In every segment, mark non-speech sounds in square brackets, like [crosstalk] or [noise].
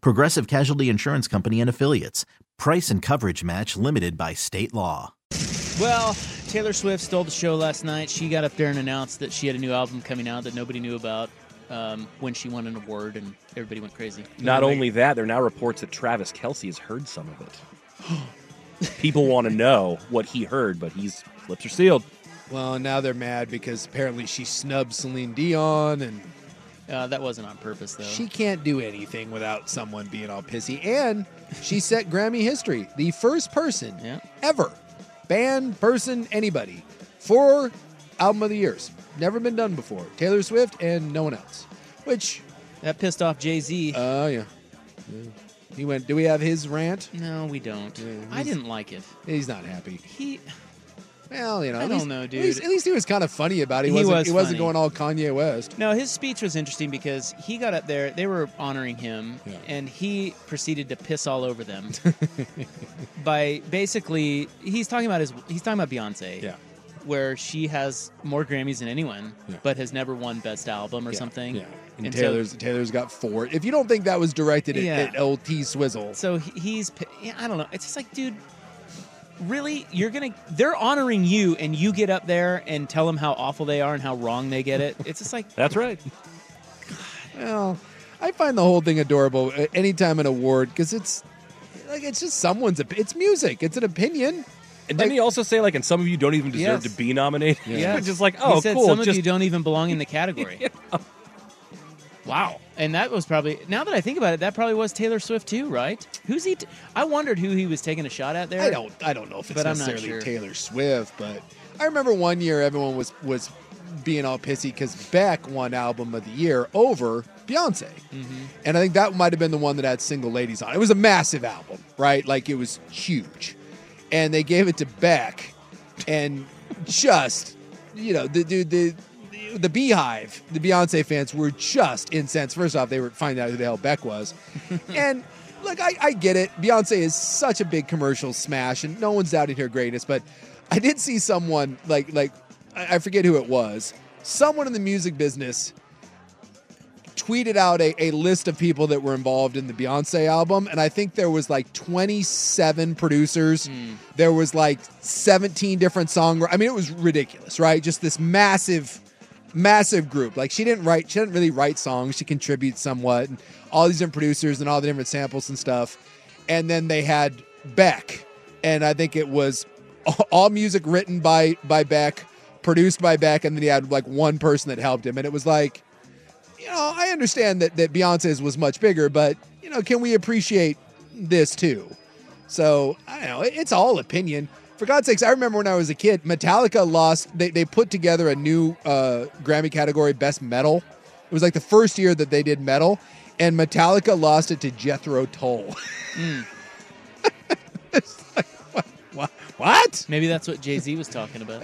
Progressive Casualty Insurance Company and Affiliates. Price and coverage match limited by state law. Well, Taylor Swift stole the show last night. She got up there and announced that she had a new album coming out that nobody knew about um, when she won an award, and everybody went crazy. Not only that, there are now reports that Travis Kelsey has heard some of it. [gasps] People want to know what he heard, but he's lips are sealed. Well, now they're mad because apparently she snubbed Celine Dion, and Uh, that wasn't on purpose, though. she can't do anything without someone being all pissy. And she set Grammy history, the first person Yeah. ever, band, person, anybody, for album of the years. Never been done before. Taylor Swift and no one else. Which, that pissed off Jay Z. oh yeah. Yeah. he went. Do we have his rant? no, we don't. Yeah, I he's- didn't like it. He's not happy. He Well, you know, I at don't least- know, at dude. least- At least, he was kind of funny about it. He, He wasn't. was he wasn't funny. going all Kanye West. No, his speech was interesting because he got up there, they were honoring him, Yeah. and he proceeded to piss all over them [laughs] by basically he's talking about his he's talking about Beyonce. Yeah. Where she has more Grammys than anyone, Yeah. but has never won Best Album or Yeah, something. Yeah. And, And so- Taylor's Taylor's got four. If you don't think that was directed at, Yeah. at LT Swizzle, So he- he's, p- yeah, I don't know. It's just like, dude, really? You're going to, they're honoring you and you get up there and tell them how awful they are and how wrong they get it. It's just like, That's right. well, I find the whole thing adorable. uh, Anytime an award, because it's like it's just someone's. op- It's music. It's an opinion. And didn't Like- he also say like, and some of you don't even Yes. deserve to be nominated? [laughs] [laughs] Yeah. Which is like, He oh, said, cool. Some of just you don't even belong in the [laughs] category. Wow. And that was probably, now that I think about it, that probably was Taylor Swift too, right? Who's he? T- I wondered who he was taking a shot at there. I don't. I don't know if it's But I'm not sure. necessarily Taylor Swift, but I remember one year everyone was was being all pissy because Beck won album of the year over Beyonce, Mm-hmm. and I think that might have been the one that had single ladies on. It was a massive album, right? Like it was huge, and they gave it to Beck, and just you know the dude the. The Beehive, the Beyonce fans were just incensed. First off, they were finding out who the hell Beck was, and look, I, I get it. Beyonce is such a big commercial smash, and no one's doubting her greatness. But I did see someone like like I I forget who it was. Someone in the music business tweeted out a, a list of people that were involved in the Beyonce album, and I think there was like 27 producers. There was like 17 different songwriters. I mean, it was ridiculous, right? Just this massive, massive group. Like she didn't write, she didn't really write songs. She contributes somewhat, and all these different producers and all the different samples and stuff. And then they had Beck, and I think it was [laughs] all music written by by Beck, produced by Beck, and then he had like one person that helped him, and it was like you know, I understand that that Beyonce's was much bigger, but you know, can we appreciate this too? So I don't know. it- It's all opinion. For God's sakes, I remember when I was a kid, Metallica lost. They they put together a new uh, Grammy category, Best Metal. It was like the first year that they did metal, and Metallica lost it to Jethro Tull. [laughs] It's like, what? What? Maybe that's what Jay Z was talking about.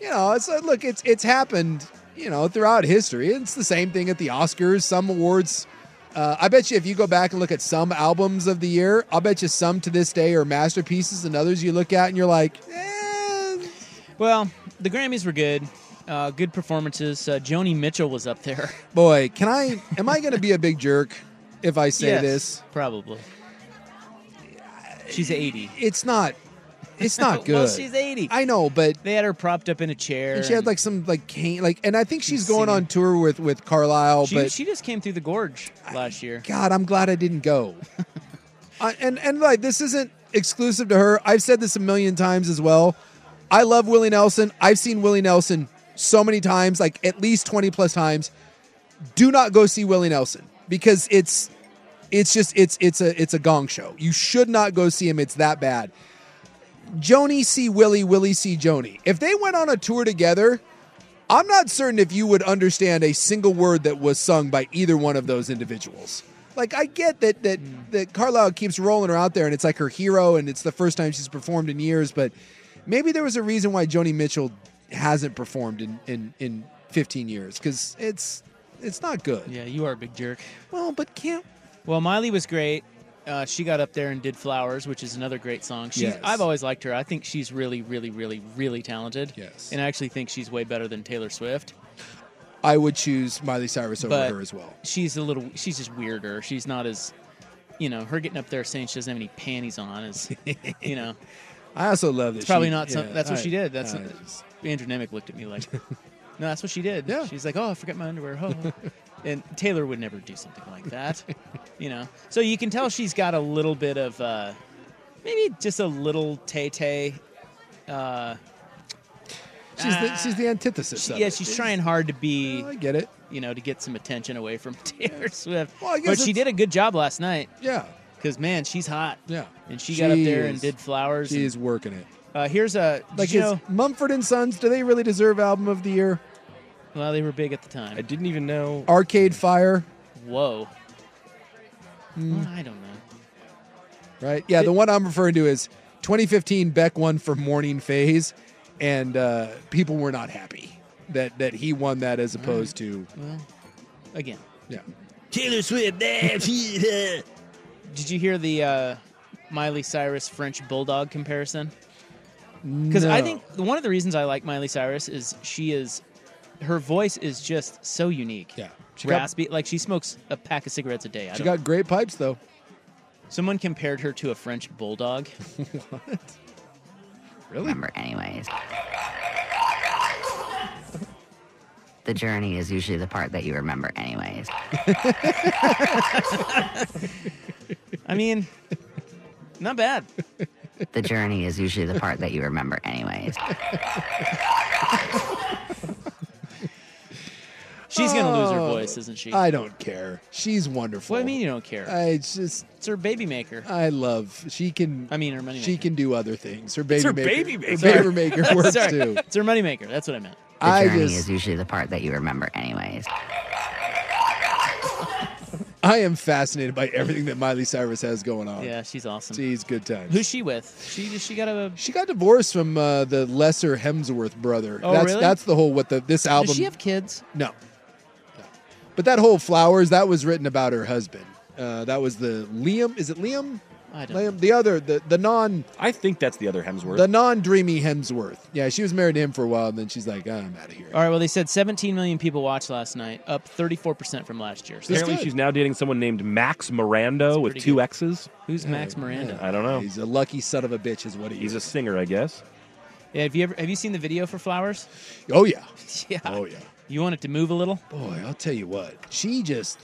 you know, it's like, look, it's it's happened, you know, throughout history. It's the same thing at the Oscars, some awards. Uh, I bet you if you go back and look at some albums of the year, I'll bet you some to this day are masterpieces, and others you look at and you're like, eh. Well, the Grammys were good. Uh, good performances. Uh, Joni Mitchell was up there. boy, can I? Am I going to be a big jerk if I [laughs] say Yes, this? Probably. She's 80. It's not. It's not [laughs] good. well, she's 80. I know, but they had her propped up in a chair. and she had like some like cane, like, and I think she's, She's going singing. on tour with with Carlisle, she, but she just came through the gorge last year. God, I'm glad I didn't go. [laughs] I, and and like this isn't exclusive to her. I've said this a million times as well. I love Willie Nelson. I've seen Willie Nelson so many times, like at least twenty plus times. Do not go see Willie Nelson because it's it's just it's it's a it's a gong show. You should not go see him. It's that bad. Joni see Willie, Willie see Joni. If they went on a tour together, I'm not certain if you would understand a single word that was sung by either one of those individuals. Like I get that that that Carlisle keeps rolling her out there and it's like her hero and it's the first time she's performed in years, but maybe there was a reason why Joni Mitchell hasn't performed in in, in 15 years cuz it's it's not good. Yeah, you are a big jerk. Well, but can't Well, Miley was great. Uh, she got up there and did "Flowers," which is another great song. She's, Yes. I've always liked her. I think she's really, really, really, really talented. Yes. and I actually think she's way better than Taylor Swift. I would choose Miley Cyrus over But- her as well. She's a little, she's just weirder. She's not as, you know, her getting up there saying she doesn't have any panties on [laughs] is, you know, I also love that it's probably she- not. Some, yeah, that's what I- she did. That's I not- just- Andrew Nemec looked at me [laughs] like, no, that's what she did. Yeah. she's like, oh, I forgot my underwear. Oh. [laughs] and Taylor would never do something like that, you know. So you can tell she's got a little bit of, uh, maybe just a little tay tay. Uh, she's the, she's the antithesis. Ah. she, of yeah, it. she's trying hard to be, I get it. you know, to get some attention away from [laughs] Taylor Swift. Well, I guess but she it's- did a good job last night Yeah, because man, she's hot. yeah. And she, got up there and is- did flowers. She and- is working it. uh, here's a Like did you is know- Mumford and Sons, do they really deserve album of the year? well, they were big at the time. I didn't even know. Arcade Fire, Whoa. Hmm. Well, I don't know. right? Yeah, the one I'm referring to is 2015 Beck won for Morning Phase, and uh, people were not happy that that he won that as opposed to Well, again, yeah. did you hear the uh, Miley Cyrus French bulldog comparison? Because I No. think one of the reasons I like Miley Cyrus is she is her voice is just so unique. Yeah. She got- raspy. like she smokes a pack of cigarettes a day. I She don't got great pipes though. Someone compared her to a French bulldog. remember anyways. The journey is usually the part that you remember anyways. [laughs] I mean, not bad. The journey is usually the part that you remember anyways. She's gonna lose her Oh, voice, isn't she? I don't care. She's wonderful. what do you mean you don't care? I just it's her baby maker. I love. She can. I mean, her money She maker. can do other things. Her baby her maker. baby maker. Her baby [laughs] maker [laughs] works Sorry, too. it's her moneymaker. That's what I meant. The I journey just. is usually the part that you remember anyways. I am fascinated by everything that Miley Cyrus has going on. Yeah, she's awesome. Jeez, good times. Who's she with? She she got a. She got divorced from uh, the lesser Hemsworth brother. Oh, that's really? that's the whole what the this album. Does she have kids? no. no. But that whole flowers that was written about her husband. Uh, that was the Liam. Is it Liam? I don't. Liam, the other, the the non [laughs] I think that's the other Hemsworth. the non dreamy Hemsworth. Yeah, she was married to him for a while, and then she's like, "Ah, I'm out of here. All right. Well, they said 17 million people watched last night, up 34 percent from last year. So This- Apparently, good. she's now dating someone named Max Miranda with pretty two good. X's. who's Max Miranda? I don't know. He's a lucky son of a bitch, is what he He's a is. singer, I guess. Yeah, have you ever have you seen the video for Flowers? [laughs] oh yeah, Yeah. oh yeah. You want it to move a little? Boy, I'll tell you what. She just.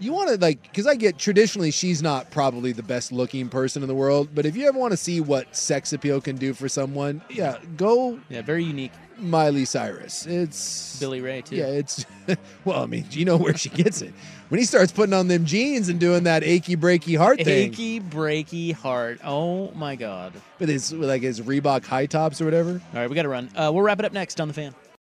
You want to like because I get traditionally she's not probably the best looking person in the world, but if you ever want to see what sex appeal can do for someone, yeah, go Yeah. Very unique. Miley Cyrus. It's Billy Ray too. Yeah, it's [laughs] well, I mean, you know where she gets it when he starts putting on them jeans and doing that achy breaky heart thing. Achy breaky heart. Oh my God. with his like his Reebok high tops or whatever. All right, we got to run. Uh, we'll wrap it up next on the fan.